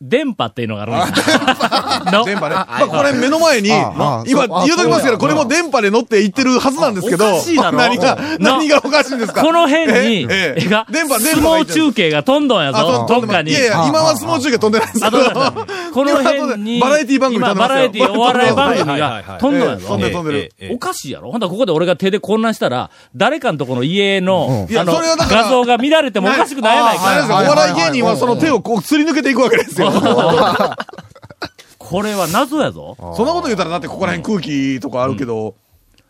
Speaker 1: 電波っていうのがあるんですよ。 の
Speaker 3: 電波ね。まあ、これ目の前に、
Speaker 6: あああ
Speaker 3: 今
Speaker 6: そうあ
Speaker 3: 言うときますけ
Speaker 6: そう
Speaker 3: ど、
Speaker 6: や
Speaker 3: これも電波で乗って行ってるはずなんですけど、
Speaker 1: おかしいだろ
Speaker 3: 何が
Speaker 1: うん、
Speaker 3: 何がおかしいんですか
Speaker 1: この辺に、
Speaker 3: えええ
Speaker 1: えが、相
Speaker 3: 電波電波が言
Speaker 1: 撲
Speaker 3: ってる
Speaker 1: 中継が飛んどんや
Speaker 3: あ
Speaker 1: ぞ、
Speaker 3: と
Speaker 1: どっかに
Speaker 3: い。やいや、今は相撲中継飛んでないんですけ
Speaker 1: あ
Speaker 3: ど
Speaker 1: どうだった、 この辺に、
Speaker 3: 今バラエティ番組
Speaker 1: 今
Speaker 3: 飛んで
Speaker 1: バ
Speaker 3: ますよ
Speaker 1: ラエティお笑い番組が飛んどんや
Speaker 3: ええ飛ん
Speaker 1: ぞ。
Speaker 3: でる飛んでる。
Speaker 1: おかしいやろほんだらここで俺が手で混乱したら、誰かのとこの家の、
Speaker 3: い
Speaker 1: あ
Speaker 3: や
Speaker 1: の、
Speaker 3: それはだから
Speaker 1: 画像が乱れてもおかしくないやない
Speaker 3: あれ
Speaker 1: か。
Speaker 3: ですよお
Speaker 6: はいはいはい
Speaker 3: 笑い芸人はその手をこう、すり抜けていくわけですよ。そん
Speaker 1: これは謎やぞ。
Speaker 3: なこと言ったら、だってここら辺空気とかあるけど、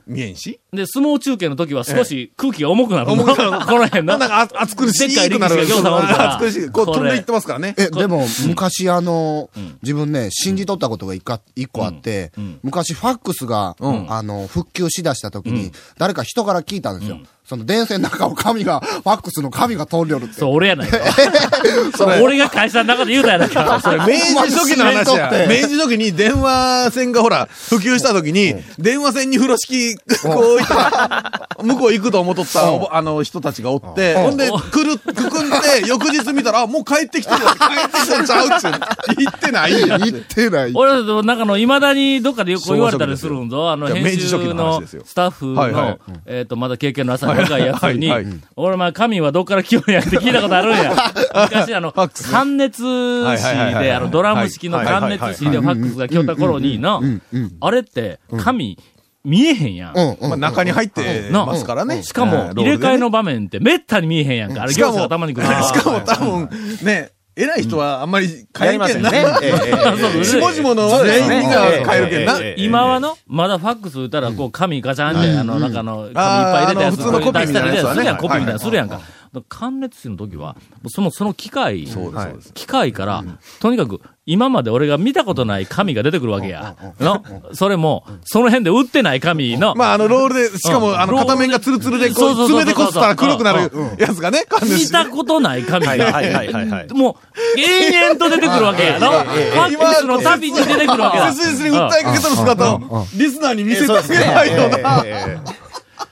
Speaker 3: 見えんし
Speaker 1: で、相撲中継の時は少し空気が重くなるの。
Speaker 3: 重くなる
Speaker 1: この辺
Speaker 3: な
Speaker 1: の。
Speaker 3: んかあ暑苦しいくなる。
Speaker 1: でっかい力士が餃子おるから
Speaker 3: 暑苦しい。こう飛んでいってますからね。
Speaker 6: え、でも、昔あの、自分ね、信じとったことが一か一個あって、昔ファックスが、あの、復旧しだした時に、誰か人から聞いたんですよ。その電線の中を神が、ファックスの神が通りおるって。
Speaker 1: そう、俺や ないか。俺が会社の中で言うたやないか。それ
Speaker 3: 明治初期の話や
Speaker 6: ほんま。に
Speaker 3: 明治初期に電話線がほら、普及した時に、電話線に風呂敷、こう置いたら、向こう行くと思っとった、おぼあの、人たちがおって、ほんで、くる、くくんで、翌日見たら、あもう帰ってきてるわ帰ってきたんちゃうっちゅう言ってないんやって
Speaker 6: 言ってない。
Speaker 1: 俺は、なんかの、いまだにどっかでよく言われたりするんぞ。あの、
Speaker 3: いや
Speaker 1: 編
Speaker 3: 明治初期
Speaker 1: 集
Speaker 3: の話
Speaker 1: の
Speaker 3: ですよ
Speaker 1: スタッフ
Speaker 3: はいは
Speaker 1: の
Speaker 3: い、
Speaker 1: えっと、まだ経験の浅い若いやつに
Speaker 3: はいはいはい、
Speaker 1: 俺、まあ、神はどっから来よんやって聞いたことあるん や。昔、あの、関熱
Speaker 3: はい
Speaker 1: 紙
Speaker 3: はい
Speaker 1: で、
Speaker 3: は
Speaker 1: あ
Speaker 3: い
Speaker 1: の、ドラム式の関熱紙でファックスが来よった頃にな、あれって、神、見えへんやん。
Speaker 6: うん、うん。
Speaker 3: まあ、中に入って
Speaker 1: な
Speaker 3: ますからね。
Speaker 1: しかも、入れ替えの場面ってめったに見えへんやんか。あれ、
Speaker 3: しか
Speaker 1: 行
Speaker 3: も
Speaker 1: 者がたまに来るやん
Speaker 3: しかも多分、ね、偉い人はあんまり
Speaker 4: や
Speaker 3: 帰
Speaker 4: り
Speaker 3: り
Speaker 4: ま
Speaker 3: け
Speaker 4: せ
Speaker 3: ん
Speaker 4: ん
Speaker 3: な。
Speaker 4: ね。ええええええ
Speaker 3: 下々の全員が帰るけんな。
Speaker 4: ええ
Speaker 1: 今はの、まだファックス打ったら、こう、紙ガチャンって、あの、中の、紙いっぱい入れたやつ、
Speaker 3: あーあの普通のコピーみたいなやつは
Speaker 1: 出したりす
Speaker 3: ね
Speaker 1: るやん、コピーみたい
Speaker 3: は
Speaker 1: ないするやんか。関熱紙の時は、その、その機械、
Speaker 3: そうです
Speaker 1: 機械から、とにかく、今まで俺が見たことない紙が出てくるわけや。の、それも、その辺で打ってない紙の、
Speaker 3: まあ、あの、ロールで、しか
Speaker 1: うん
Speaker 3: も、あの、片面がツルツルで、
Speaker 1: そうそ
Speaker 3: こ
Speaker 1: う
Speaker 3: う、
Speaker 1: そう
Speaker 3: 爪でこすったら黒くなる
Speaker 1: うん
Speaker 3: やつがね、感
Speaker 1: 見たことない紙
Speaker 4: はいは
Speaker 1: が、
Speaker 4: いはいはいはい。
Speaker 1: もう、延々と出てくるわけや。の、ファックスの旅に出てくるわけや。
Speaker 3: 切実に訴えかけとる姿を、リスナーに見せてあげないよな。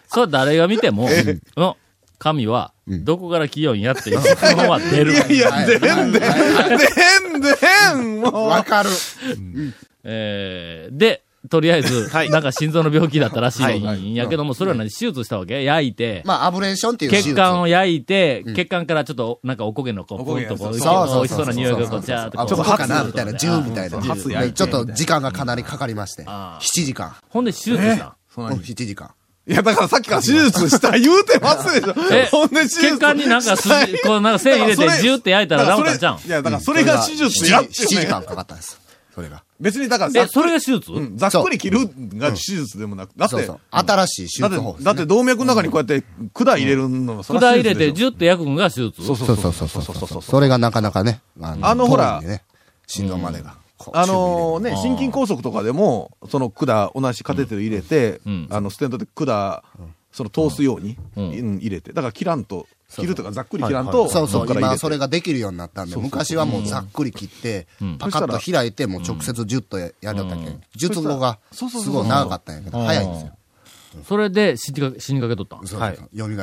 Speaker 1: それは誰が見ても、の、神は、どこから来よんやっていう質問は出る
Speaker 3: い。やいや、でんでん、でんでん、もう。
Speaker 6: わかる。
Speaker 1: えーで、とりあえず、
Speaker 4: はい
Speaker 1: なんか心臓の病気だったらしいんやけども、それは何手術したわけ焼いて、
Speaker 6: まあ、アブレーションっていう手術
Speaker 1: 血管を焼いて、血管からちょっと、なんかおこげのこう、
Speaker 3: お
Speaker 1: ポ
Speaker 3: こ
Speaker 1: ン
Speaker 3: げ
Speaker 1: とこう、
Speaker 3: そう
Speaker 6: そうそう
Speaker 1: 美味しそうな匂いがこう、じゃーっとこ
Speaker 6: あ、
Speaker 1: う
Speaker 6: ちょっと
Speaker 1: こう
Speaker 6: かなみたいな、銃みたいな。
Speaker 3: 発
Speaker 6: で
Speaker 3: 焼いて
Speaker 6: ちょっと時間がかなりかかりまして。
Speaker 1: あ
Speaker 6: 7時間。
Speaker 1: ほんで手術した。
Speaker 6: うん7時間。
Speaker 3: いや、だからさっきから手術した言うてますでしょ
Speaker 1: え。
Speaker 3: ほんで手術
Speaker 1: 血管になんか
Speaker 3: したい
Speaker 1: 筋、こうなんか線入れて、ジューって焼いたら
Speaker 3: だ
Speaker 1: 治
Speaker 3: か
Speaker 1: ったんちゃうん
Speaker 3: それいや、だからそれが手術やっ
Speaker 6: 7時7時
Speaker 3: てね。
Speaker 6: 間かかったんです。それが。
Speaker 3: 別にだから
Speaker 1: え、
Speaker 3: ざ
Speaker 1: それが手術
Speaker 3: うんざっくり切るが手術でもなく、だっ
Speaker 6: そう
Speaker 3: て
Speaker 6: そう、。新しい
Speaker 3: だ
Speaker 6: 手
Speaker 3: っ
Speaker 6: 術法
Speaker 3: て、だって動脈の中にこうやって管入れるのは、そ
Speaker 1: 管
Speaker 3: ら手
Speaker 1: 入
Speaker 3: 術
Speaker 1: れ、
Speaker 3: でし
Speaker 1: ジ
Speaker 3: てょ
Speaker 1: ューって焼くんが手術
Speaker 3: そうそうそうそうそうそうそうそう
Speaker 6: それがなかなかね、あ
Speaker 3: あのほら
Speaker 6: 遠いんでね心臓までが。こう
Speaker 3: あのね、心筋梗塞とかでも、その管、同じカテーテル入れて、
Speaker 1: ん
Speaker 3: あの、ステントで管、その通すように、
Speaker 1: ん
Speaker 3: うん入れて、だから切らんと、切るとかざっくり切らん
Speaker 6: チューブ入れる
Speaker 3: と、
Speaker 6: そうそ
Speaker 3: こ
Speaker 6: う、
Speaker 3: から入
Speaker 6: 今
Speaker 3: れて
Speaker 6: それができるようになったんで、昔はもうざっくり切って、パカッと開いて、もう直接ジュッとややりよったけん。術後がす
Speaker 3: そうそうそう
Speaker 6: ごい長かったんやけど、早いんですよ。
Speaker 1: それで死にかけ死にかけとったん
Speaker 6: そうそう蘇っ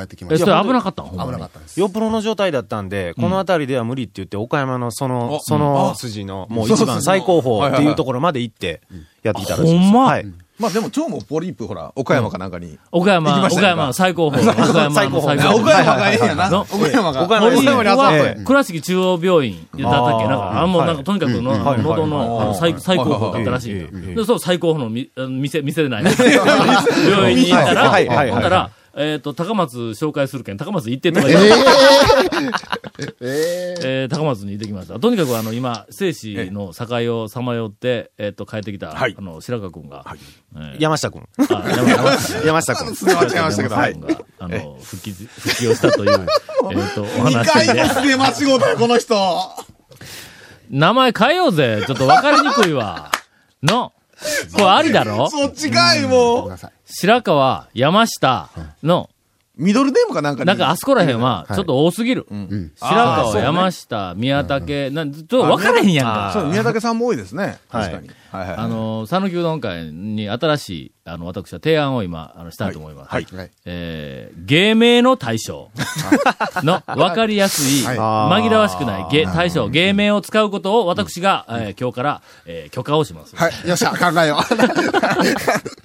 Speaker 6: てきま
Speaker 1: え、
Speaker 6: し
Speaker 1: そ
Speaker 6: た。
Speaker 1: れ危なかったんほんま
Speaker 6: 危
Speaker 1: に
Speaker 6: なかったです。
Speaker 4: よっぽどの状態だったんで、この辺りでは無理って言って、岡山のその、その筋の、もう一番最高峰っていうところまで行って、やってきたらしいです。
Speaker 1: ほんま
Speaker 4: はい。
Speaker 3: まあでも、蝶もポリープ、ほら、岡山かなんかに。
Speaker 1: 岡
Speaker 3: 行
Speaker 1: 山、
Speaker 3: きました
Speaker 1: 岡
Speaker 3: よ
Speaker 1: 山の最高峰。岡山の最高
Speaker 3: あ
Speaker 1: 峰。
Speaker 3: 岡山がええんやな。
Speaker 1: の
Speaker 3: 岡山が。
Speaker 1: ポリ
Speaker 3: 岡山に
Speaker 1: ープ
Speaker 3: 集まった
Speaker 1: は、倉敷中央病院だったっけなんか、あもうなんか、とにかくの、喉の、あの、最最高峰だったらしいよ。で、そう、最高峰のみあの店、店でない。病院に行ったら、
Speaker 7: はいはいはいはい
Speaker 1: ほんだら、えっと、高松紹介するけん、高松行ってとか
Speaker 6: え
Speaker 1: 言って、
Speaker 6: え
Speaker 1: えー高松に行ってきました。とにかく、あの、今、生死の境をさまよって、えっと、帰ってきた、あ
Speaker 3: はい
Speaker 1: の、白川君が、
Speaker 7: 山下君。
Speaker 1: あ山田君
Speaker 7: 山下君。
Speaker 3: すれ間違えましたけど、はい。
Speaker 1: が、あの、復帰、復帰をしたと いう、えっと、お
Speaker 3: 二
Speaker 1: 話
Speaker 3: 回
Speaker 1: で
Speaker 3: も。すで間違うたよ、この人。
Speaker 1: 名前変えようぜ。ちょっと分かりにくいわ。の。これありだろ
Speaker 3: そっちかい、
Speaker 6: ごめん
Speaker 3: もう。
Speaker 6: なさい。
Speaker 1: 白川、山下の、
Speaker 3: ミドルネームかなんかに
Speaker 1: なんかあそこらへんは、ちょっと多すぎる。
Speaker 6: ん
Speaker 1: 白
Speaker 3: あーそう
Speaker 1: 川、
Speaker 3: ね
Speaker 1: 山下、宮武、なん、ちょっと分からへんやん
Speaker 7: あ
Speaker 1: か。
Speaker 3: そう、宮武さんも多いですね。
Speaker 7: はい
Speaker 3: 確かに。はいはい。
Speaker 1: あの、讃岐うどん会に新しい、あの、私は提案を今、あの、したいと思います。
Speaker 3: はい。
Speaker 6: はい
Speaker 1: えー芸名の対 象の分かりやすい、
Speaker 6: はい
Speaker 1: 紛らわしくない芸対象、芸名を使うことを私が、えー今日から、えー許可をします。
Speaker 6: はい。よっしゃ、考えよう。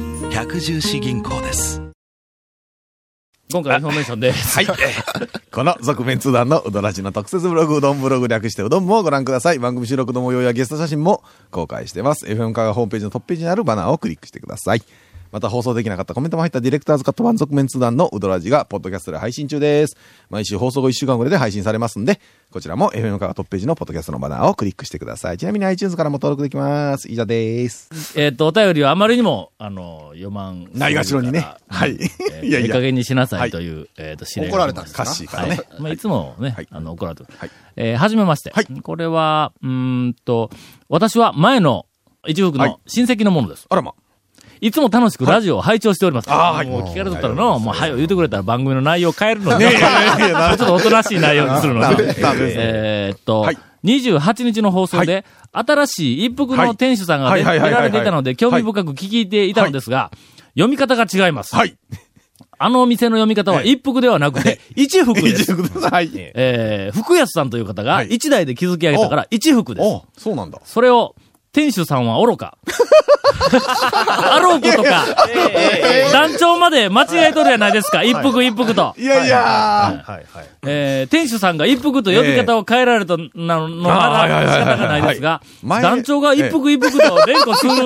Speaker 8: 百十四銀行です
Speaker 1: 今回はインフォメーションです。
Speaker 3: はい。この、続面通談のうどらじの特設ブログ、うどんブログ略してうどんもご覧ください。番組収録の模様やゲスト写真も公開してます。FM カがホームページのトップページにあるバナーをクリックしてください。また放送できなかったコメントも入ったディレクターズカット版続面通談のうどらじが、ポッドキャストで配信中です。毎週放送後1週間ぐらいで配信されますんで、こちらも FM カがトップページのポッドキャストのバナーをクリックしてください。ちなみに iTunes からも登録できます。以上です。
Speaker 1: えっと、お便りはあまりにも、あの、読まん。
Speaker 3: ないがしろにね。
Speaker 1: は
Speaker 3: はいい。。
Speaker 1: えー
Speaker 3: いやい
Speaker 1: いい加
Speaker 3: や。
Speaker 1: 減にしなさいという、えっと、指令が
Speaker 6: 怒られたんです
Speaker 3: 歌
Speaker 6: か
Speaker 3: 詞からね。
Speaker 1: はいまあ、いつもね、
Speaker 3: はい
Speaker 1: あの、怒られてる。
Speaker 3: はい
Speaker 1: えーはじめまして。
Speaker 3: はい
Speaker 1: これは、うーんと、私は前の一服
Speaker 3: はい
Speaker 1: の親戚のものです。
Speaker 3: あらま。
Speaker 1: い、つも楽しくラジオを拝聴しております。
Speaker 3: あーはい
Speaker 1: もう聞かれとったら
Speaker 3: は
Speaker 1: の、
Speaker 3: い
Speaker 1: もう、はい、言うてくれたら番組の内容を変えるのに、
Speaker 3: いやいやいや
Speaker 1: もう ちょっとおとなしい内容にするのに。
Speaker 3: ダメです
Speaker 1: えーっと、
Speaker 3: はい
Speaker 1: 28日の放送で、新しい一服の店主さんが
Speaker 3: は
Speaker 1: 出
Speaker 3: いはいはいはい
Speaker 1: ら
Speaker 3: はい
Speaker 1: れていたので、興味深く聞いていたのですが、読み方が違います。
Speaker 3: はい。
Speaker 1: あのお店の読み方は一服ではなくて、一服です。
Speaker 3: 一服です。はい。
Speaker 1: えー、福安さんという方が
Speaker 3: はい
Speaker 1: 一代で築き上げたから一服です。
Speaker 3: あ、そうなんだ。
Speaker 1: それを、店主さんは愚 か。あろうことか、団長まで間違えとるやないですか、一服一服と。
Speaker 3: いやいや
Speaker 7: はいはい。
Speaker 1: えー、店主さんが一服と呼び方を変えられたなの、の
Speaker 3: あー
Speaker 1: は
Speaker 3: はいはいはい
Speaker 1: 仕方がないですが、
Speaker 3: 前
Speaker 1: 団長が一服一服と連呼するか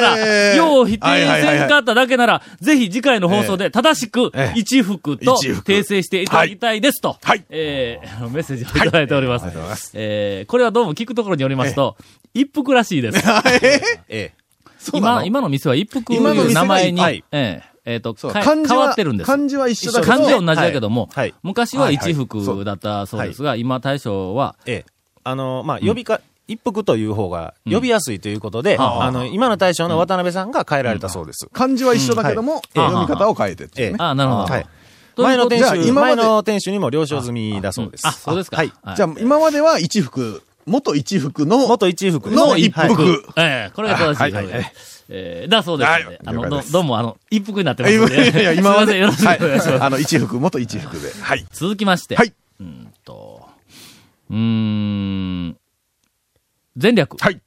Speaker 1: ら、
Speaker 3: えー
Speaker 1: よう否定せんかっただけなら、ぜひ次回の放送で正しく
Speaker 3: ええ
Speaker 1: 一服と
Speaker 3: 一服
Speaker 1: 訂正していただきたいですと、
Speaker 3: はい
Speaker 1: えーあのメッセージをいただいております。えーこれはどうも聞くところによりますと、一服らしいです。
Speaker 7: え
Speaker 3: うなの
Speaker 1: 今、今の店は一服とい
Speaker 3: 今の
Speaker 1: う
Speaker 3: 店が
Speaker 1: 名前に、
Speaker 7: はい
Speaker 1: えーえーと、
Speaker 3: そう
Speaker 1: か
Speaker 3: 漢字は
Speaker 1: 変わってるんです。
Speaker 3: 漢字は一緒だけど
Speaker 1: 漢字は同じだけども、
Speaker 7: はいはい
Speaker 1: 昔は一服だったそうですが、今大将は、
Speaker 7: え。ええ。あの、まあ、呼びか、一服という方が呼びやすいということで、
Speaker 1: んああ
Speaker 7: あの、今の大将の渡辺さんが変えられたそうです。
Speaker 3: 漢字は一緒だけども、
Speaker 1: うんはい
Speaker 3: 読み方を変えてっていうね。
Speaker 1: ああ、なるほど。
Speaker 7: はい。
Speaker 1: とい
Speaker 7: 前
Speaker 1: うこ
Speaker 7: の店
Speaker 1: とで
Speaker 3: じゃあ
Speaker 7: 主、
Speaker 3: 今まで
Speaker 7: 前の店主にも了承済みだそうです。
Speaker 1: あ、そうですか。
Speaker 7: はい。
Speaker 1: はい
Speaker 3: じゃあ、今までは一服、元一服の、
Speaker 7: 元一服
Speaker 3: の一
Speaker 7: はい
Speaker 3: 服。
Speaker 1: ええこれが正しい。
Speaker 3: はいはいはい
Speaker 1: ええだそうですので、
Speaker 3: はい
Speaker 1: あの、
Speaker 3: 了解
Speaker 1: ど
Speaker 3: です
Speaker 1: どうも、あの、一服になってま
Speaker 3: い
Speaker 1: す
Speaker 3: や
Speaker 1: の
Speaker 3: いや
Speaker 1: で。
Speaker 3: いや、今ま
Speaker 1: すい
Speaker 3: で。
Speaker 1: ません、よろしくお願いします。
Speaker 3: はい。あの、一服、元一服で。はい。
Speaker 1: 続きまして。
Speaker 3: はい。
Speaker 1: うんと、うーん、全略。
Speaker 3: はい。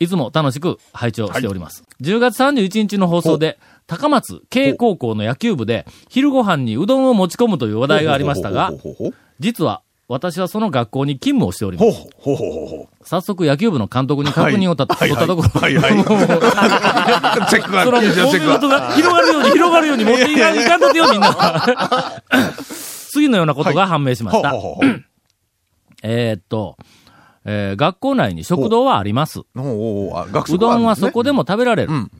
Speaker 1: いつも楽しく拝聴しております。10月31日の放送で、高松慶高校の野球部で、昼ご飯にうどんを持ち込むという話題がありましたが
Speaker 3: ほう、ほうほう
Speaker 1: 実は、私はその学校に勤務をしております。
Speaker 3: ほうほうほうほうほうほ
Speaker 1: 早速野球部の監督に確認をた、
Speaker 3: はい
Speaker 1: 取ったところ、
Speaker 3: はいはいはい
Speaker 1: もう
Speaker 3: う。チェックが
Speaker 1: それはもう、揉め事が広がるように、広がるように持っていかんいかんとってよ、みんな。 次のようなことが判明しま
Speaker 3: ほう
Speaker 1: した。
Speaker 3: ほうほうほう。
Speaker 1: えーっと、えー学校内に食堂はあります。
Speaker 3: ほうほうほうあ学食
Speaker 1: うどんはそこ
Speaker 3: で。
Speaker 1: でも食べられる。
Speaker 3: ん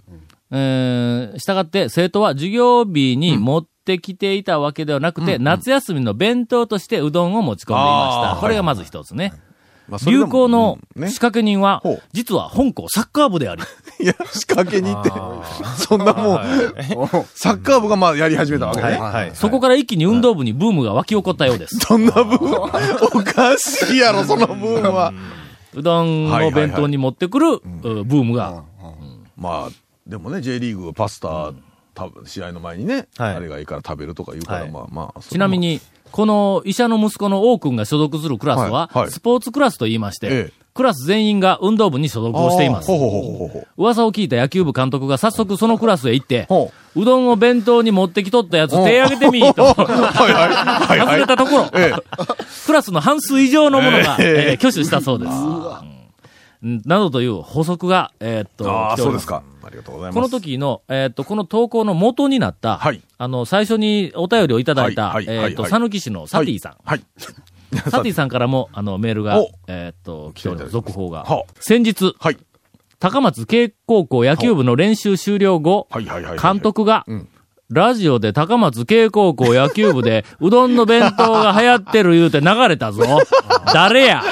Speaker 1: えー、したがって生徒は授業日に持ってきていたわけではなくて、夏休みの弁当としてうどんを持ち込んでいました。
Speaker 3: あー
Speaker 1: これがまず一つね。
Speaker 3: まあそれで
Speaker 1: 流
Speaker 3: も
Speaker 1: 行の
Speaker 3: うんね
Speaker 1: 仕掛け人は
Speaker 3: ほう、
Speaker 1: 実は本校サッカー部であり、
Speaker 3: いや、仕掛けに行って、そんなもう、サッカー部がまあやり始めたわけ
Speaker 7: はい、
Speaker 3: ね。
Speaker 7: はい。
Speaker 1: そこから一気に運動部にブームが湧き起こったようです。
Speaker 3: そんな部分、おかしいやろ、その部分は。
Speaker 1: うどんの弁当に持ってくる、うんブームが。
Speaker 3: まあ、でもね、J リーグはパスタ、た試合の前にね、
Speaker 7: はい
Speaker 3: あれがいいから食べるとか言うから、
Speaker 7: はい
Speaker 3: まあまあ。それ
Speaker 1: ちなみ
Speaker 3: も、
Speaker 1: に、この医者の息子の王君が所属するクラスは
Speaker 3: はいは、い
Speaker 1: スポーツクラスと言いまして、
Speaker 3: ええ
Speaker 1: クラス全員が運動部に所属をしています
Speaker 3: ほ。うほうほうほうほう。
Speaker 1: 噂を聞いた野球部監督が早速そのクラスへ行って
Speaker 3: ほ、
Speaker 1: うどんを弁当に持ってきとったやつ手挙げてみーと、
Speaker 3: はいはい。はい
Speaker 1: 外
Speaker 3: はい
Speaker 1: れたところ、
Speaker 3: ええ
Speaker 1: クラスの半数以上のものが、
Speaker 3: ええ
Speaker 1: えー挙手したそうです。うんなどという補足が、えーっと、
Speaker 3: ああ、
Speaker 1: 来てお
Speaker 3: そ
Speaker 1: り
Speaker 3: うで
Speaker 1: ます
Speaker 3: か。ありがとうございます。
Speaker 1: この時の、えーっと、この投稿の元になった、
Speaker 3: はい
Speaker 1: あの、最初にお便りをいただいた、
Speaker 3: はいはい
Speaker 1: えーっと、
Speaker 3: はい
Speaker 1: さぬき市のサティさん。
Speaker 3: はい。
Speaker 1: サティさんからも、あの、メールが
Speaker 3: お、
Speaker 1: えーっと、来ております。
Speaker 3: 来て
Speaker 1: 続
Speaker 3: いただきました
Speaker 1: 報が
Speaker 3: はあ。
Speaker 1: 先日、
Speaker 3: はい。
Speaker 1: 高松慶高校野球部の練習終了後、
Speaker 3: はいはいはいはいはい
Speaker 1: 監督が
Speaker 3: うん、
Speaker 1: ラジオで高松慶高校野球部で、 うどんの弁当が流行ってる言うて流れた ぞ。誰や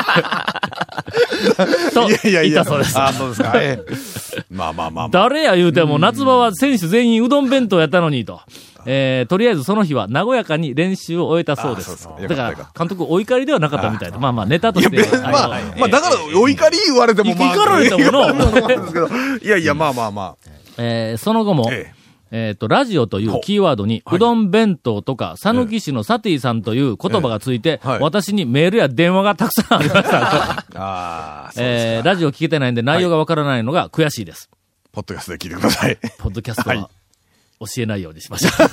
Speaker 1: と、
Speaker 3: いやいやい
Speaker 1: 言っ
Speaker 3: や。
Speaker 1: たそうです。
Speaker 3: ああ、そうですか。ええまあまあまあまあ。
Speaker 1: 誰や言うても、夏場は選手全員うどん弁当やったのに、と。えー、とりあえずその日は和やかに練習を終えたそうで
Speaker 3: あそう
Speaker 1: す
Speaker 3: そうよ。か
Speaker 1: だ
Speaker 3: ったよか
Speaker 1: か
Speaker 3: っ
Speaker 1: ら、監督お怒りではなかったみたいで、まあまあネタとして。あの
Speaker 3: まあ、まあ、だから、お怒り言われても、まあ、
Speaker 1: 怒られてもの
Speaker 3: 怒られてもなんですけどいやいや、まあまあまあ。
Speaker 1: えーその後も、
Speaker 3: ええ
Speaker 1: えっ、と、ラジオというキーワードに、うどん弁当とか、讃岐市のサティさんという言葉がついて、
Speaker 3: えはい
Speaker 1: 私にメールや電話がたくさんあり ました。
Speaker 3: ああ、そうですか。
Speaker 1: えーラジオ聞けてないんで内容がわからないのが悔しいです。
Speaker 3: ポッドキャストで聞いてください。
Speaker 1: ポッドキャストは、教えないようにしました。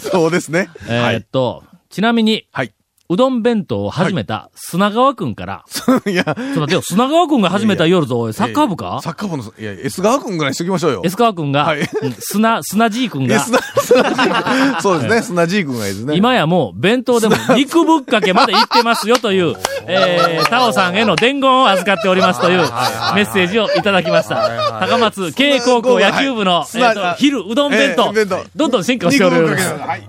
Speaker 3: そうですね。は
Speaker 1: えーっ
Speaker 3: い。
Speaker 1: と、ちなみに、
Speaker 3: はい。
Speaker 1: うどん弁当を始めた砂川くん から、
Speaker 3: いや、
Speaker 1: ちょっと待ってよ、砂川くんが始めた夜ぞ、おいサッカー部か
Speaker 3: サッカー部の、いや、S 川君ぐらいにしときましょうよ。
Speaker 1: エス川くんが、
Speaker 3: はい
Speaker 1: うん砂、砂じいくんが
Speaker 3: S、だ、S だそうですね、スナジー 君がいいですね。
Speaker 1: 今やもう弁当でも肉ぶっかけまで行ってますよという、えー、タオさんへの伝言を預かっておりますというメッセージをいただきました。高松慶高校野球部の、え
Speaker 3: 砂
Speaker 1: ー
Speaker 3: ごは
Speaker 1: と
Speaker 3: い
Speaker 1: 昼うどん弁
Speaker 3: え
Speaker 1: 当
Speaker 3: ー弁当、
Speaker 1: どんどん進化をして
Speaker 3: 肉
Speaker 1: おり
Speaker 3: ぶ
Speaker 1: ま
Speaker 3: っかけ
Speaker 1: す
Speaker 3: な。のはい。